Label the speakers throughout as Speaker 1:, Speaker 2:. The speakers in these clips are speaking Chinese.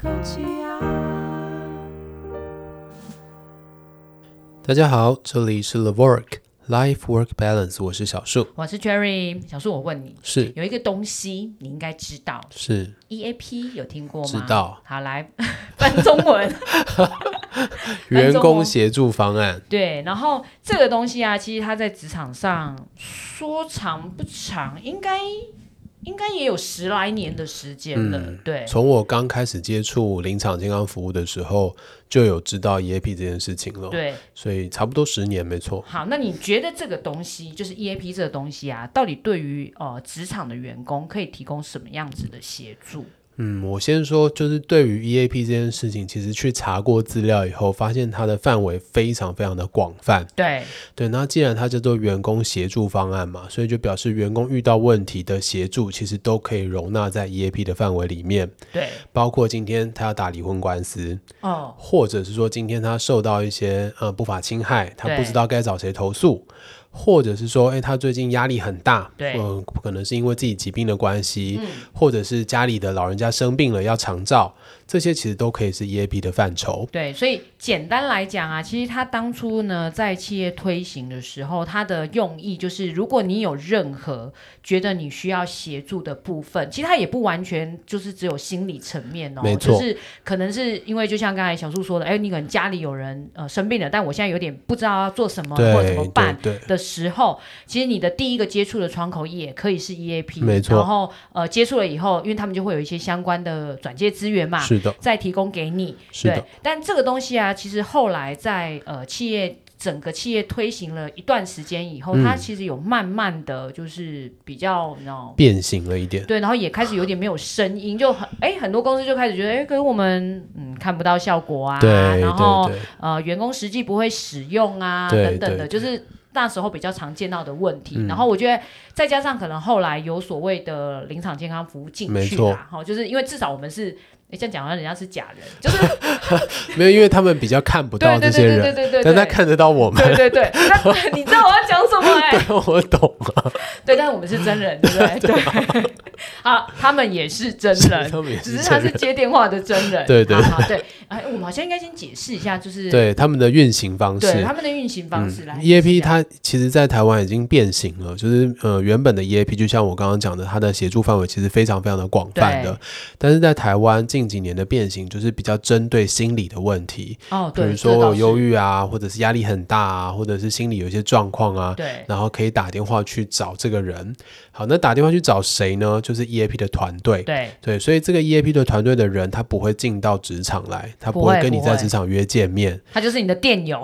Speaker 1: 空气啊。
Speaker 2: 大家好，这里是 The Work Life Work Balance，我是小树，
Speaker 1: 我是 Jerry，小树，我问你，
Speaker 2: 是
Speaker 1: 有一个东西你应该知道
Speaker 2: 是
Speaker 1: ，EAP 有听过吗？
Speaker 2: 知。道
Speaker 1: 好，来 翻中文。
Speaker 2: 员
Speaker 1: 中哦
Speaker 2: 工协助方案，
Speaker 1: 对，然后这个东西啊，其实它在职场上说长不长，应该应该也有十来年的时间了。
Speaker 2: 嗯
Speaker 1: 对，
Speaker 2: 从我刚开始接触临场健康服务的时候，就有知道 EAP 这件事情了，
Speaker 1: 对。
Speaker 2: 所以差不多十年没错。
Speaker 1: 好，那你觉得这个东西，就是 EAP 这个东西啊，到底对于呃职场的员工可以提供什么样子的协助？
Speaker 2: 嗯，我先说，就是对于 EAP 这件事情，其实去查过资料以后，发现它的范围非常非常的广泛。
Speaker 1: 对，
Speaker 2: 对，那既然它叫做员工协助方案嘛，所以就表示员工遇到问题的协助，其实都可以容纳在 EAP 的范围里面，
Speaker 1: 对，
Speaker 2: 包括今天他要打离婚官司，
Speaker 1: 哦，
Speaker 2: 或者是说今天他受到一些呃不法侵害，他不
Speaker 1: 对
Speaker 2: 知道该找谁投诉，或者是说，哎，他最近压力很大，
Speaker 1: 对嗯
Speaker 2: 嗯、可能是因为自己疾病的关系，或者是家里的老人家生病了要长照，这些其实都可以是 EAP 的范畴。
Speaker 1: 对，所以简单来讲啊，其实他当初呢在企业推行的时候，他的用意就是，如果你有任何觉得你需要协助的部分，其实他也不完全就是只有心理层面哦，
Speaker 2: 没
Speaker 1: 就
Speaker 2: 错
Speaker 1: 是可能是因为就像刚才小树说的，哎，你可能家里有人呃生病了，但我现在有点不知道要做什么或者怎
Speaker 2: 对
Speaker 1: 么
Speaker 2: 对
Speaker 1: 办。
Speaker 2: 对，
Speaker 1: 的时候，其实你的第一个接触的窗口也可以是 EAP，
Speaker 2: 没错
Speaker 1: 然后呃，接触了以后，因为他们就会有一些相关的转介资源嘛，
Speaker 2: 是的，
Speaker 1: 再提供给你。
Speaker 2: 是
Speaker 1: 啊对
Speaker 2: 的，，
Speaker 1: 但这个东西啊，其实后来在呃企业整个企业推行了一段时间以后，
Speaker 2: 嗯
Speaker 1: 它其实有慢慢的就是比较你知道。
Speaker 2: 变形了一点。
Speaker 1: 对，然后也开始有点没有声音，就很哎，很多公司就开始觉得哎，跟我们嗯看不到效果啊，
Speaker 2: 对对
Speaker 1: 然后
Speaker 2: 对，
Speaker 1: 呃员工实际不会使用啊
Speaker 2: 对
Speaker 1: 等等的，
Speaker 2: 对
Speaker 1: 就是那时候比较常见到的问题。
Speaker 2: 嗯
Speaker 1: 然后我觉得再加上可能后来有所谓的临场健康服务进
Speaker 2: 没
Speaker 1: 去
Speaker 2: 错
Speaker 1: 啦，哈，就是因为至少我们是哎这样讲好像人家是假人，就是
Speaker 2: 没有，因为他们比较看不
Speaker 1: 对
Speaker 2: 到
Speaker 1: 对
Speaker 2: 这些
Speaker 1: 对对对
Speaker 2: 人，
Speaker 1: 对对，
Speaker 2: 但他
Speaker 1: 对
Speaker 2: 看得到我们。
Speaker 1: 对对对，那你知道我要讲什么哎、
Speaker 2: 我懂啊，
Speaker 1: 对，但是我们是真人，对不对？对， 好，他们也是真人，
Speaker 2: 他们也
Speaker 1: 只
Speaker 2: 是
Speaker 1: 是他
Speaker 2: 真
Speaker 1: 是
Speaker 2: 人。
Speaker 1: 接电话的真人。
Speaker 2: 对对
Speaker 1: 好好对，哎，我们好像应该先解释一下，就是
Speaker 2: 对他们的运行方式，嗯
Speaker 1: 对他们的运行方式来啊解释一
Speaker 2: EAP
Speaker 1: 下。
Speaker 2: 它其实，在台湾已经变形了，就是呃，原本的 EAP 就像我刚刚讲的，它的协助范围其实非常非常的广泛的
Speaker 1: 对。
Speaker 2: 但是在台湾近几年的变形，就是比较针对心理的问题，
Speaker 1: 哦，
Speaker 2: 比
Speaker 1: 对，
Speaker 2: 如
Speaker 1: 这倒
Speaker 2: 说有
Speaker 1: 是
Speaker 2: 忧，郁啊，或者是压力很大啊，或者是心理有一些状况啊，
Speaker 1: 对
Speaker 2: 然后可以打电话去找这个人。好，那打电话去找谁呢？就是 EAP 的团队。
Speaker 1: 对
Speaker 2: 对，所以这个 EAP 的团队的人，他不会进到职场来，他不
Speaker 1: 不
Speaker 2: 会
Speaker 1: 会
Speaker 2: 跟你
Speaker 1: 不
Speaker 2: 在
Speaker 1: 会
Speaker 2: 职场约见面，
Speaker 1: 他就是你的电友，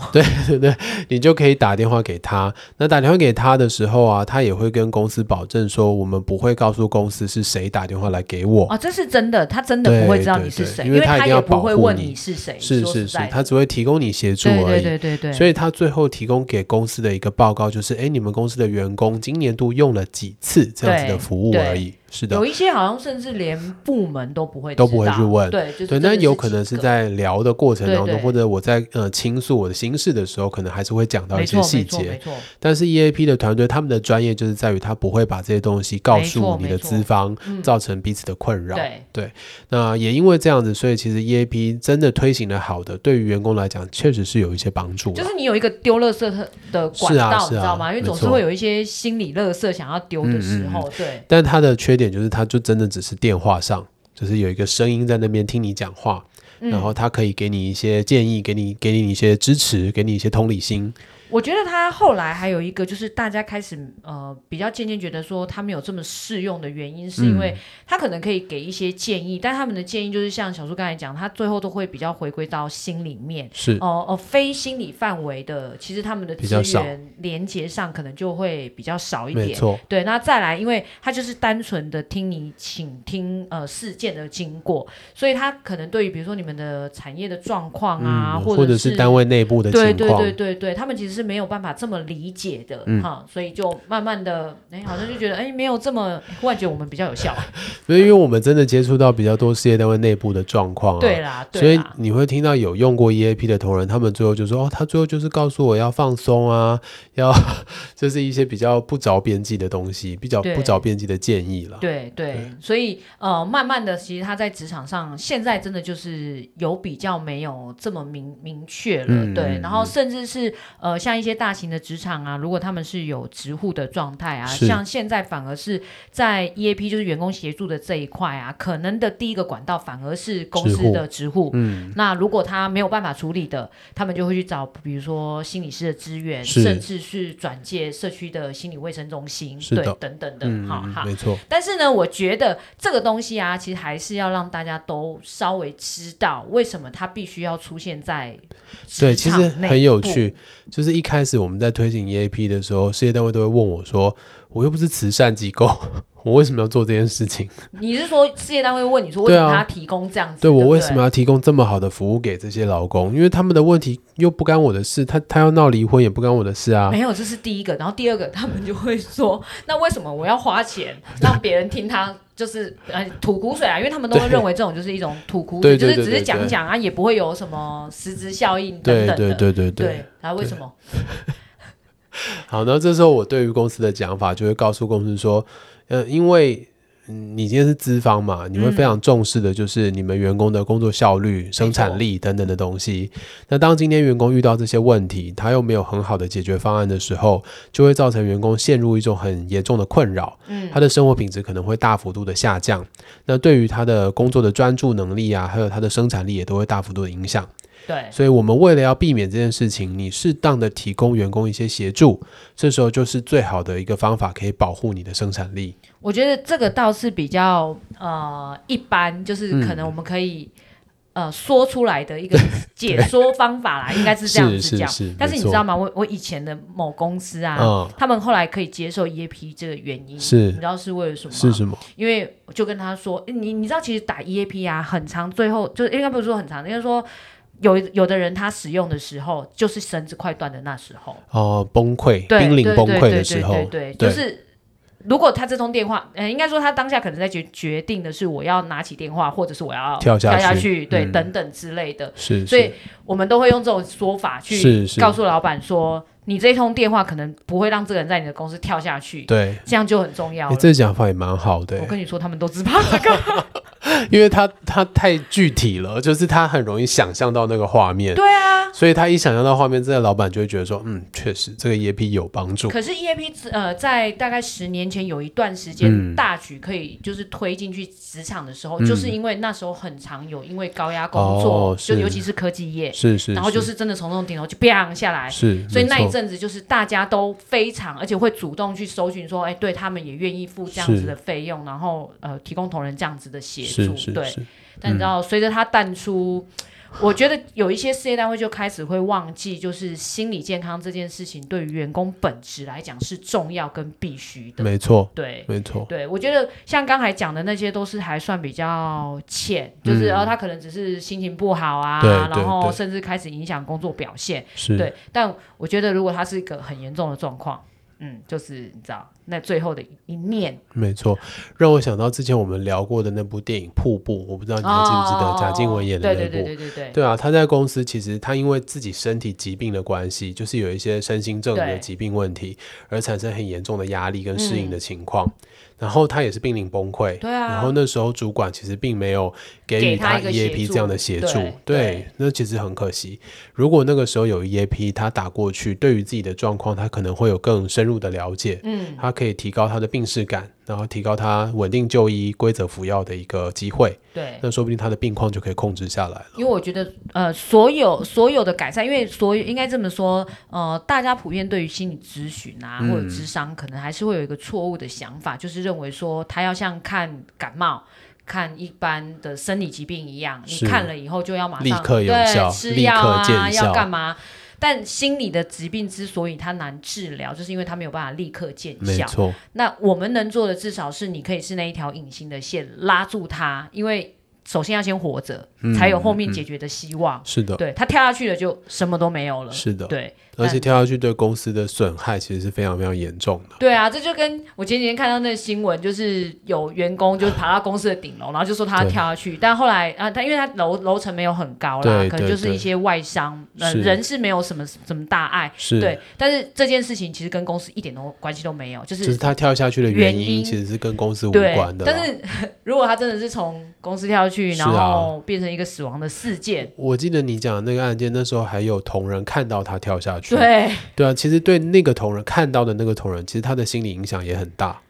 Speaker 2: 你就可以打电话给他。那打电话给他的时候啊，他也会跟公司保证说，我们不会告诉公司是谁打电话来给我。
Speaker 1: 哦，这是真的，他真的不会知道你是
Speaker 2: 对对
Speaker 1: 谁，
Speaker 2: 对因为
Speaker 1: 为
Speaker 2: 他一定
Speaker 1: 也
Speaker 2: 要
Speaker 1: 不会
Speaker 2: 保护
Speaker 1: 问
Speaker 2: 你
Speaker 1: 你是谁，
Speaker 2: 是
Speaker 1: 说
Speaker 2: 是
Speaker 1: 实
Speaker 2: 是
Speaker 1: 在，的
Speaker 2: 他只会提供你协助而
Speaker 1: 对
Speaker 2: 已。
Speaker 1: 对对对对，
Speaker 2: 所
Speaker 1: 以
Speaker 2: 以他最后提供给公司的一个报告就是，哎，你们公司的员工今年度用了几次这样子
Speaker 1: 对
Speaker 2: 的服务
Speaker 1: 对
Speaker 2: 而已。是的
Speaker 1: 有，一些好像甚至连部门都不会
Speaker 2: 啊都不会
Speaker 1: 知道
Speaker 2: 去问
Speaker 1: 对，就是
Speaker 2: 对，
Speaker 1: 真的
Speaker 2: 那有
Speaker 1: 是
Speaker 2: 可
Speaker 1: 几
Speaker 2: 能是
Speaker 1: 个
Speaker 2: 在聊的过程
Speaker 1: 对
Speaker 2: 当中，
Speaker 1: 对
Speaker 2: 或者我在呃倾诉我的心事的时候，可能还是会讲到
Speaker 1: 没
Speaker 2: 一些
Speaker 1: 错
Speaker 2: 细
Speaker 1: 没错没
Speaker 2: 节。
Speaker 1: 错，
Speaker 2: 但是 EAP 的团队，他们的专业就是在于他不会把这些东西告
Speaker 1: 没错
Speaker 2: 诉你
Speaker 1: 没
Speaker 2: 的
Speaker 1: 错
Speaker 2: 资方，
Speaker 1: 嗯
Speaker 2: 造成彼此的困扰。
Speaker 1: 对
Speaker 2: 那也因为这样子，所以其实 EAP 真的推行的好的，对于员工来讲，确实是有一些帮助啦。
Speaker 1: 就是你有一个丢垃圾的管
Speaker 2: 是
Speaker 1: 道，
Speaker 2: 啊
Speaker 1: 你知
Speaker 2: 是啊
Speaker 1: 道吗？因为
Speaker 2: 没
Speaker 1: 总是
Speaker 2: 错嗯
Speaker 1: 会有一些心理垃圾想要丢的时候，对
Speaker 2: 但它的缺点就是，它就真的只是电话上，就是有一个声音在那边听你讲话，
Speaker 1: 嗯
Speaker 2: 然后它可以给你一些建议，给你给你一些支持，给你一些同理心。
Speaker 1: 我觉得他后来还有一个，就是大家开始呃比较渐渐觉得说他没有这么适用的原因，是因
Speaker 2: 嗯
Speaker 1: 为他可能可以给一些建议，但他们的建议就是像小叔刚才讲，他最后都会比较回归到心里面。
Speaker 2: 是，
Speaker 1: 哦哦，非心理范围的，其实他们的
Speaker 2: 比较
Speaker 1: 资
Speaker 2: 少
Speaker 1: 源连接上可能就会比较少一
Speaker 2: 没
Speaker 1: 点。
Speaker 2: 错，
Speaker 1: 对，那再来，因为他就是单纯的听你请听呃事件的经过，所以他可能对于比如说你们的产业的状况啊，
Speaker 2: 嗯，
Speaker 1: 或
Speaker 2: 或者
Speaker 1: 是
Speaker 2: 单位内部的
Speaker 1: 对
Speaker 2: 情
Speaker 1: 对
Speaker 2: 况
Speaker 1: 对，对对，他们其实是没有办法这么理解的、
Speaker 2: 嗯
Speaker 1: 哈，所以就慢慢的，哎，好像就觉得哎，没有这么，忽然觉得我们比较 有效，
Speaker 2: 所以因为我们真的接触到比较多事业单位内部的状况啊，
Speaker 1: 对啦，
Speaker 2: 所
Speaker 1: 对
Speaker 2: 以
Speaker 1: 啦，
Speaker 2: 你会听到有用过 EAP 的同仁，他们最后就说：“哦，他最后就是告诉我要放松啊，要 就是一些比较不着边际的东西，比较
Speaker 1: 对
Speaker 2: 不着边际的建议了。
Speaker 1: 对对，所以呃，慢慢的，其实他在职场上现在真的就是有比较没有这么明明确了，
Speaker 2: 嗯
Speaker 1: 对
Speaker 2: 嗯，
Speaker 1: 然后甚至是呃，像一些大型的职场啊，如果他们是有职户的状态啊，
Speaker 2: 是
Speaker 1: 像现在反而是在 EAP 就是员工协助的这一块啊，可能的第一个管道反而是公
Speaker 2: 职户
Speaker 1: 司的职户，
Speaker 2: 嗯，
Speaker 1: 那如果他没有办法处理的，他们就会去找，比如说心理师的资源，
Speaker 2: 是
Speaker 1: 甚至是转介社区的心理卫生中心，
Speaker 2: 是
Speaker 1: 对
Speaker 2: 的，
Speaker 1: 等等的，
Speaker 2: 嗯，
Speaker 1: 好
Speaker 2: 嗯
Speaker 1: 好。
Speaker 2: 没错，
Speaker 1: 但是呢，我觉得这个东西啊，其实还是要让大家都稍微知道为什么它必须要出现在
Speaker 2: 对，
Speaker 1: 职
Speaker 2: 其
Speaker 1: 场
Speaker 2: 实
Speaker 1: 内
Speaker 2: 很有
Speaker 1: 部
Speaker 2: 趣。就是一开始我们在推行 EAP 的时候，事业单位都会问我说：“我又不是慈善机构， 我为什么要做这件事情？
Speaker 1: 你是说事业单位问你说为什
Speaker 2: 对
Speaker 1: 么
Speaker 2: 啊
Speaker 1: 他提供这样子？
Speaker 2: 对
Speaker 1: 对
Speaker 2: 我
Speaker 1: 不
Speaker 2: 为
Speaker 1: 对
Speaker 2: 什么要提供这么好的服务给这些劳工？因为他们的问题又不干我的事，他他要闹离婚也不干我的事啊。
Speaker 1: 没有，这是第一个。然后第二个，他们就会说，那为什么我要花钱让别人听他就是呃吐苦水啊？因为他们都会
Speaker 2: 对
Speaker 1: 认为这种就是一种吐苦
Speaker 2: 对
Speaker 1: 水，
Speaker 2: 对
Speaker 1: 就是
Speaker 2: 对
Speaker 1: 只
Speaker 2: 对
Speaker 1: 是讲
Speaker 2: 对
Speaker 1: 讲啊，也不会有什么实质效应等
Speaker 2: 对
Speaker 1: 等
Speaker 2: 对
Speaker 1: 的。
Speaker 2: 对对对
Speaker 1: 对。然后为什么？
Speaker 2: 好，那这时候我对于公司的讲法就会告诉公司说，呃，因为嗯你今天是资方嘛，你会非常重视的就是你们员工的工作效率、生产力等等的东西。那当今天员工遇到这些问题，他又没有很好的解决方案的时候，就会造成员工陷入一种很严重的困扰，
Speaker 1: 嗯
Speaker 2: 他的生活品质可能会大幅度的下降。那对于他的工作的专注能力啊，还有他的生产力也都会大幅度的影响。
Speaker 1: 对，
Speaker 2: 所以我们为了要避免这件事情，你适当的提供员工一些协助，这时候就是最好的一个方法，可以保护你的生产力。
Speaker 1: 我觉得这个倒是比较呃一般，就是可能我们可以、呃说出来的一个解说方法啦，应该是这样
Speaker 2: 是
Speaker 1: 子
Speaker 2: 是
Speaker 1: 讲。
Speaker 2: 是，
Speaker 1: 但是你
Speaker 2: 没错
Speaker 1: 知道吗？我我以前的某公司啊，
Speaker 2: 嗯，
Speaker 1: 他们后来可以接受 EAP 这个原因，你
Speaker 2: 是
Speaker 1: 知道是为了什么吗？
Speaker 2: 是什么？
Speaker 1: 因为我就跟他说，诶你你知道其实打 EAP 啊，很长，最后就是应该不是说很长，应该说有有的人他使用的时候就是绳子快断的那时候，
Speaker 2: 哦、崩溃，
Speaker 1: 对
Speaker 2: 濒临
Speaker 1: 对
Speaker 2: 崩
Speaker 1: 对
Speaker 2: 溃
Speaker 1: 对
Speaker 2: 的时候
Speaker 1: 对，对对就是。如果他这通电话，呃，应该说他当下可能在决决定的是我要拿起电话，或者是我要
Speaker 2: 跳下
Speaker 1: 下
Speaker 2: 去
Speaker 1: 对，
Speaker 2: 嗯
Speaker 1: 等等之类的。
Speaker 2: 是，
Speaker 1: 所以
Speaker 2: 是
Speaker 1: 我们都会用这种说法去
Speaker 2: 是是
Speaker 1: 告诉老板说，你这通电话可能不会让这个人在你的公司跳下去，
Speaker 2: 对，
Speaker 1: 这样就很重要
Speaker 2: 哎、
Speaker 1: 了。
Speaker 2: 这讲法也蛮好的、
Speaker 1: 我跟你说，他们都只怕这个。
Speaker 2: 因为他他太具体了，就是他很容易想象到那个画面。
Speaker 1: 对啊，
Speaker 2: 所以他一想象到画面，这个老板就会觉得说，嗯，确实这个 EAP 有帮助。
Speaker 1: 可是 EAP 呃，在大概十年前有一段时间，
Speaker 2: 嗯
Speaker 1: 大举可以就是推进去职场的时候，
Speaker 2: 嗯
Speaker 1: 就是因为那时候很常有因为高压工作，
Speaker 2: 哦
Speaker 1: 就是尤其是科技业，
Speaker 2: 是是，
Speaker 1: 然后就是真的从那种顶楼就 biang 下来。
Speaker 2: 是，
Speaker 1: 所以
Speaker 2: 没
Speaker 1: 那一
Speaker 2: 错
Speaker 1: 阵子就是大家都非常，而且会主动去搜寻说，哎，对他们也愿意付这样子
Speaker 2: 是
Speaker 1: 的费用，然后呃提供同仁这样子的协助，
Speaker 2: 是是
Speaker 1: 对。
Speaker 2: 是，
Speaker 1: 但你知道，随着它淡出，我觉得有一些事业单位就开始会忘记，就是心理健康这件事情对于员工本质来讲是重要跟必须的。
Speaker 2: 没错
Speaker 1: 对，
Speaker 2: 没错。
Speaker 1: 对我觉得像刚才讲的那些都是还算比较浅，就是
Speaker 2: 嗯
Speaker 1: 呃，他可能只是心情不好啊，
Speaker 2: 对对
Speaker 1: 然后
Speaker 2: 对
Speaker 1: 甚至开始影响工作表现。
Speaker 2: 是，
Speaker 1: 对，但我觉得如果他是一个很严重的状况，嗯，就是你知道，那最后的一念，
Speaker 2: 没错，让我想到之前我们聊过的那部电影《瀑布》，我不知道你还记不记得贾静雯演的
Speaker 1: 哦对
Speaker 2: 那
Speaker 1: 对对
Speaker 2: 部。
Speaker 1: 对对对，
Speaker 2: 对啊，她在公司其实她因为自己身体疾病的关系，就是有一些身心症的
Speaker 1: 对嗯
Speaker 2: 疾病问题，而产生很严重的压力跟适应的情况。然后她也是濒临崩溃。
Speaker 1: 对啊
Speaker 2: 然后那时候主管其实并没有给
Speaker 1: 给
Speaker 2: 予
Speaker 1: 她
Speaker 2: 她
Speaker 1: 一个协
Speaker 2: EAP
Speaker 1: 助
Speaker 2: 这样的协助
Speaker 1: 对，对
Speaker 2: 那其实很可惜。如果那个时候有 E EAP，她打过去，对于自己的状况，她可能会有更深入的了解。
Speaker 1: 嗯，
Speaker 2: 它可以提高他的病视感，然后提高他稳定就医、规则服药的一个机会。
Speaker 1: 对。
Speaker 2: 那说不定他的病况就可以控制下来了。
Speaker 1: 因为我觉得，呃，所有所有的改善，因为所有应该这么说，呃，大家普遍对于心理咨询啊、
Speaker 2: 嗯
Speaker 1: 或者智商，可能还是会有一个错误的想法，就是认为说他要像看感冒、看一般的生理疾病一样，你
Speaker 2: 是
Speaker 1: 看了以后就要马上
Speaker 2: 立刻有效
Speaker 1: 对吃药
Speaker 2: 立刻见
Speaker 1: 啊，
Speaker 2: 效
Speaker 1: 要干嘛？但心理的疾病之所以它难治疗，就是因为它没有办法立刻见
Speaker 2: 没
Speaker 1: 效。
Speaker 2: 错，
Speaker 1: 那我们能做的至少是，你可以是那一条隐形的线拉住它，因为首先要先活着，才有后面解决的希望。
Speaker 2: 嗯是的，
Speaker 1: 对他跳下去了，就什么都没有了。
Speaker 2: 是的，
Speaker 1: 对，
Speaker 2: 而且跳下去对公司的损害其实是非常非常严重的。
Speaker 1: 对啊，这就跟我前几天看到那个新闻，就是有员工就是爬到公司的顶楼，然后就说他要跳下去，但后来啊，他因为他楼楼层没有很高啦
Speaker 2: 对，
Speaker 1: 可能
Speaker 2: 对
Speaker 1: 就是
Speaker 2: 对
Speaker 1: 一些外伤，呃，
Speaker 2: 是
Speaker 1: 人是没有什么什么大碍，
Speaker 2: 是，
Speaker 1: 对。但是这件事情其实跟公司一点都关系都没有，就
Speaker 2: 就是
Speaker 1: 是
Speaker 2: 他跳下去的
Speaker 1: 原
Speaker 2: 原
Speaker 1: 因
Speaker 2: 因其实是跟公司无
Speaker 1: 对
Speaker 2: 关的。。
Speaker 1: 但是如果他真的是从公司跳下去，
Speaker 2: 是
Speaker 1: 然
Speaker 2: 啊
Speaker 1: 后变成一个死亡的事件，
Speaker 2: 我记得你讲的那个案件，那时候还有同仁看到他跳下去，
Speaker 1: 对，
Speaker 2: 对啊，其实对那个同仁看到的那个同仁，其实他的心理影响也很大。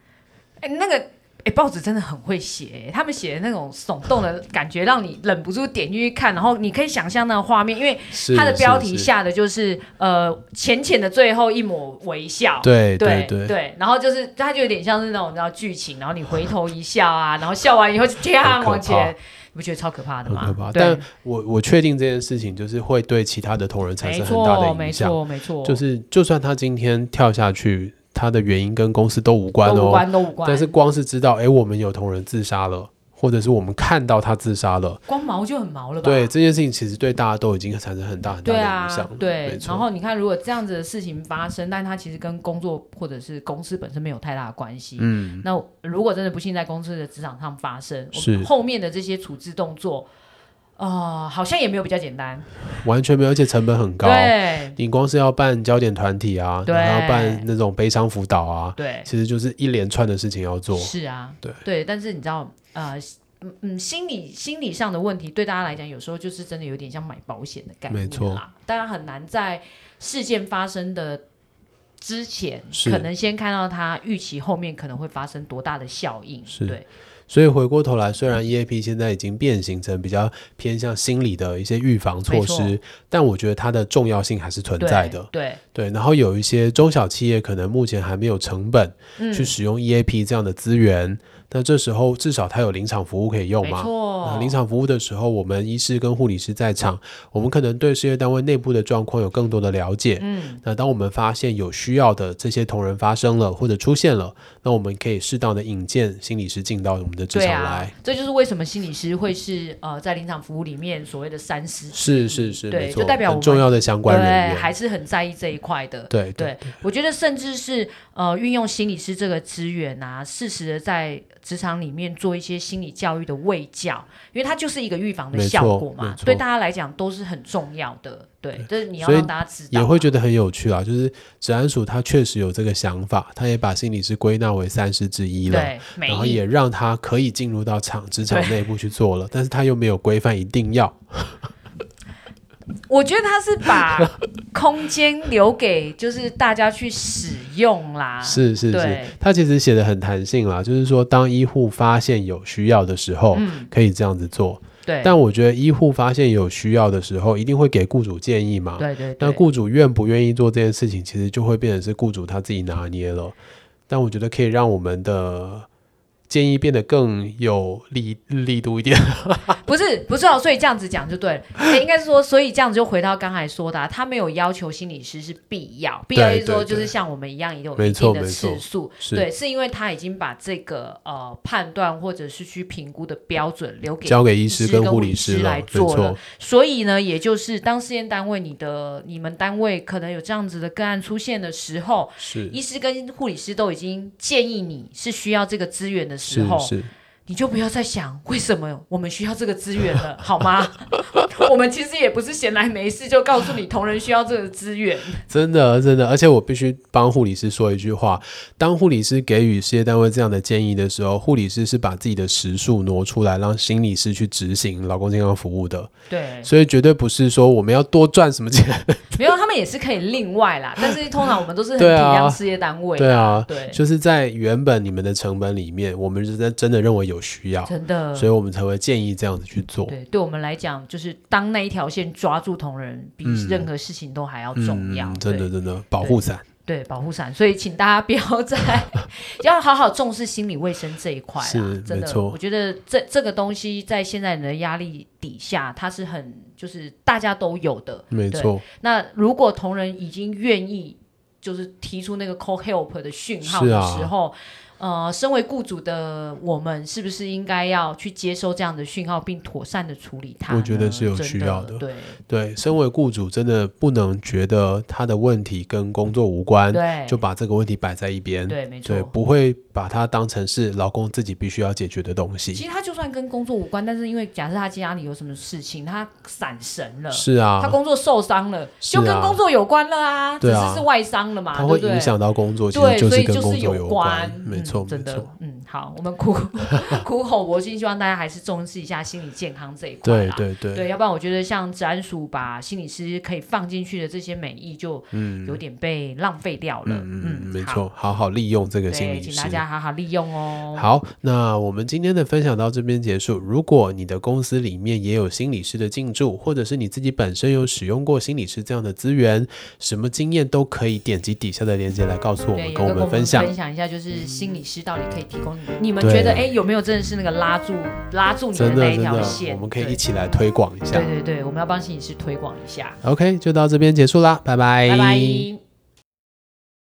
Speaker 1: 哎，那个。哎，报纸真的很会写、哎他们写的那种耸动的感觉，让你忍不住点进去看，然后你可以想象那个画面，因为
Speaker 2: 是
Speaker 1: 它的标题
Speaker 2: 是是
Speaker 1: 下的就是呃浅浅的最后一抹微笑。
Speaker 2: 对
Speaker 1: 对
Speaker 2: 对，
Speaker 1: 然后就是它就有点像是那种你知道剧情，然后你回头一笑啊， 然后笑完以后就啪
Speaker 2: 很可怕
Speaker 1: 往前，你不觉得超可怕的
Speaker 2: 很
Speaker 1: 吗？
Speaker 2: 可怕。
Speaker 1: 啊对
Speaker 2: 但，我我确定这件事情就是会对其他的同仁产
Speaker 1: 没
Speaker 2: 生很大的
Speaker 1: 错，没
Speaker 2: 影响。
Speaker 1: 错，没错，
Speaker 2: 就是就算他今天跳下去，他的原因跟公司都无关
Speaker 1: 都无
Speaker 2: 哦。
Speaker 1: 关，都无关。
Speaker 2: 但是光是知道，哎，我们有同仁自杀了，或者是我们看到他自杀了，
Speaker 1: 光毛就很毛了吧？
Speaker 2: 对这件事情其实对大家都已经产生很大很大
Speaker 1: 对
Speaker 2: 的
Speaker 1: 啊
Speaker 2: 影响了。，没
Speaker 1: 对。
Speaker 2: 错
Speaker 1: 然后你看，如果这样子的事情发生，但它其实跟工作或者是公司本身没有太大的关系。嗯，那如果真的不幸在公司的职场上发生，我
Speaker 2: 是
Speaker 1: 后面的这些处置动作，呃，好像也没有比较简单。
Speaker 2: 完全没有，而且成本很高。
Speaker 1: 对
Speaker 2: 你光是要办焦点团体啊，
Speaker 1: 对
Speaker 2: 然后要办那种悲伤辅导啊，
Speaker 1: 对，
Speaker 2: 其实就是一连串的事情要做。
Speaker 1: 是啊，
Speaker 2: 对
Speaker 1: 但是你知道，呃。嗯嗯，心理心理上的问题对大家来讲，有时候就是真的有点像买保险的概念
Speaker 2: 没错
Speaker 1: 啦。大家很难在事件发生的之前，
Speaker 2: 是
Speaker 1: 可能先看到它预期后面可能会发生多大的效应。
Speaker 2: 是
Speaker 1: 对，
Speaker 2: 所以回过头来，虽
Speaker 1: 嗯
Speaker 2: 然 EAP 现在已经变形成比较偏向心理的一些预防措
Speaker 1: 没
Speaker 2: 施，但我觉得它的重要性还是存在的。
Speaker 1: 对，
Speaker 2: 对，然后有一些中小企业可能目前还没有成本
Speaker 1: 嗯，
Speaker 2: 去使用 EAP 这样的资源，那这时候至少它有临场服务可以用
Speaker 1: 没
Speaker 2: 嘛。
Speaker 1: 错
Speaker 2: 那，临场服务的时候，我们医师跟护理师在场，我们可能对事业单位内部的状况有更多的了解。
Speaker 1: 嗯，
Speaker 2: 那当我们发现有需要的这些同仁发生了或者出现了，那我们可以适当的引荐心理师进到我们的职
Speaker 1: 对
Speaker 2: 场
Speaker 1: 啊
Speaker 2: 来。，
Speaker 1: 这就是为什么心理师会是呃在临场服务里面所谓的三师，
Speaker 2: 是是是，
Speaker 1: 对
Speaker 2: 没错，
Speaker 1: 就代表我
Speaker 2: 很
Speaker 1: 们
Speaker 2: 重要的相关人
Speaker 1: 对，还
Speaker 2: 员。
Speaker 1: 是很在意这一块的。
Speaker 2: 对
Speaker 1: 对，我觉得甚至是呃，运用心理师这个资源啊，适时的在职场里面做一些心理教育的卫教，因为它就是一个预防的
Speaker 2: 没
Speaker 1: 效
Speaker 2: 错
Speaker 1: 果嘛
Speaker 2: 没，错
Speaker 1: 对大家来讲都是很重要的。对，这你要
Speaker 2: 所以
Speaker 1: 让大家知道嘛，
Speaker 2: 也会觉得很有趣啊，就是治安署他确实有这个想法，他也把心理师归纳为三师之一了，
Speaker 1: 对，美
Speaker 2: 然后
Speaker 1: 意
Speaker 2: 也让他可以进入到场职场
Speaker 1: 对
Speaker 2: 内部去做了，但是他又没有规范一定要，
Speaker 1: 我觉得他是 把空间留给就是大家去使用啦，
Speaker 2: 是是是
Speaker 1: 啊对，
Speaker 2: 他其实写的很弹性啦，就是说当医护发现有需要的时候，可以这样子做，
Speaker 1: 嗯对，
Speaker 2: 哦但我觉得医护发现有需要的时候，一定会给雇主建议嘛。
Speaker 1: 对对
Speaker 2: 那
Speaker 1: 对，
Speaker 2: 雇主愿不愿意做这件事情，其实就会变成是雇主他自己拿捏了。但我觉得可以让我们的建议变得更有力力度一点。
Speaker 1: 不是不是哦，所以这样子讲就对了。哎，应该是说，所以这样子就回到刚才说的、啊，他没有要求心理师是必要，必要就是说
Speaker 2: 对对
Speaker 1: 就是像我们一样，也有一
Speaker 2: 没
Speaker 1: 定
Speaker 2: 错
Speaker 1: 的
Speaker 2: 没错
Speaker 1: 次数。
Speaker 2: 是
Speaker 1: 对，是因为他已经把这个呃判断或者是去评估的标准留给
Speaker 2: 交给
Speaker 1: 医
Speaker 2: 医师跟护理
Speaker 1: 师
Speaker 2: 师了，
Speaker 1: 来
Speaker 2: 没
Speaker 1: 做了
Speaker 2: 错，，
Speaker 1: 所以呢，也就是当试验单位你的你们单位可能有这样子的个案出现的时候，
Speaker 2: 是
Speaker 1: 医师跟护理师都已经建议你是需要这个资源的时
Speaker 2: 是
Speaker 1: 候，
Speaker 2: 是，
Speaker 1: 你就不要再想为什么我们需要这个资源了，好吗？ 我们其实也不是闲来没事就告诉你同仁需要这个资源，
Speaker 2: 真的真的。而且我必须帮护理师说一句话：当护理师给予事业单位这样的建议的时候，护理师是把自己的时数挪出来，让心理师去执行劳工健康服务的。
Speaker 1: 对，
Speaker 2: 所以绝对不是说我们要多赚什么钱，
Speaker 1: 没有他们也是可以另外啦，但是通常我们都是很体
Speaker 2: 对啊
Speaker 1: 谅事业单 位，
Speaker 2: 对啊，
Speaker 1: 对，
Speaker 2: 就是在原本你们的成本里面，我们是真真的认为有需要，
Speaker 1: 真的，
Speaker 2: 所以我们才会建议这样子去做。
Speaker 1: 对，对我们来讲，就是当那一条线抓住同仁，比
Speaker 2: 嗯
Speaker 1: 任何事情都还要重要，
Speaker 2: 嗯，
Speaker 1: 对
Speaker 2: 真的真的保护伞
Speaker 1: 对保护伞，所以请大家不要 再要好好重视心理卫生这一块
Speaker 2: 是
Speaker 1: 啦。真
Speaker 2: 没
Speaker 1: 的，
Speaker 2: 错
Speaker 1: 我觉得这这个东西在现在人的压力底下，它是很就是大家都有的。
Speaker 2: 没错，
Speaker 1: 那如果同仁已经愿意就是提出那个 call help 的讯号
Speaker 2: 是
Speaker 1: 的
Speaker 2: 啊
Speaker 1: 时候，呃，身为雇主的我们，是不是应该要去接收这样的讯号，并妥善的处理它呢？
Speaker 2: 我觉得是有
Speaker 1: 真
Speaker 2: 需要的
Speaker 1: 对
Speaker 2: 对，身为雇主，真的不能觉得他的问题跟工作无关，
Speaker 1: 对，
Speaker 2: 就把这个问题摆在一边。
Speaker 1: 对，没错
Speaker 2: 对，。不会把它当成是劳工自己必须要解决的东
Speaker 1: 其
Speaker 2: 西。
Speaker 1: 实他就算跟工作无关，但是因为假设他家里有什么事情，他闪神了，
Speaker 2: 是
Speaker 1: 他
Speaker 2: 啊，
Speaker 1: 工作受伤了，
Speaker 2: 是
Speaker 1: 就跟
Speaker 2: 啊
Speaker 1: 工作有关了啊，只
Speaker 2: 对啊
Speaker 1: 是是外伤了嘛，
Speaker 2: 它
Speaker 1: 对
Speaker 2: 会
Speaker 1: 不对
Speaker 2: 影响到工作，其
Speaker 1: 对，
Speaker 2: 实就
Speaker 1: 所
Speaker 2: 是
Speaker 1: 以
Speaker 2: 跟
Speaker 1: 就
Speaker 2: 工
Speaker 1: 是
Speaker 2: 作
Speaker 1: 有
Speaker 2: 关
Speaker 1: 关。，
Speaker 2: 没
Speaker 1: 嗯
Speaker 2: 错，没
Speaker 1: 真的
Speaker 2: 错。，
Speaker 1: 嗯，好，我们苦 苦口婆心，希望大家还是重视一下心理健康这一块
Speaker 2: 对
Speaker 1: 啦。
Speaker 2: 对对，
Speaker 1: 要不然我觉得像治安署把心理师可以放进去的这些美意，就有点被浪费掉了。
Speaker 2: 嗯嗯，没
Speaker 1: 好，
Speaker 2: 错，好好利用这个心
Speaker 1: 对，
Speaker 2: 理
Speaker 1: 请
Speaker 2: 师。
Speaker 1: 大家好好利用哦。
Speaker 2: 好，那我们今天的分享到这边结束。如果你的公司里面也有心理师的进驻，或者是你自己本身有使用过心理师这样的资源，什么经验都可以点击底下的链接来告诉我
Speaker 1: 对，
Speaker 2: 们，
Speaker 1: 也
Speaker 2: 跟我们分享。
Speaker 1: 分享一下，就是心理师到底可以提供你你们
Speaker 2: 对
Speaker 1: 觉得，哎，有没有真的是那个拉住拉住你
Speaker 2: 真的
Speaker 1: 那一
Speaker 2: 真
Speaker 1: 条
Speaker 2: 的
Speaker 1: 线？，
Speaker 2: 我们可以
Speaker 1: 对
Speaker 2: 一起来推广一下
Speaker 1: 对。对对，我们要帮心理师推广一下。
Speaker 2: OK，就到这边结束啦，拜拜
Speaker 1: 拜拜。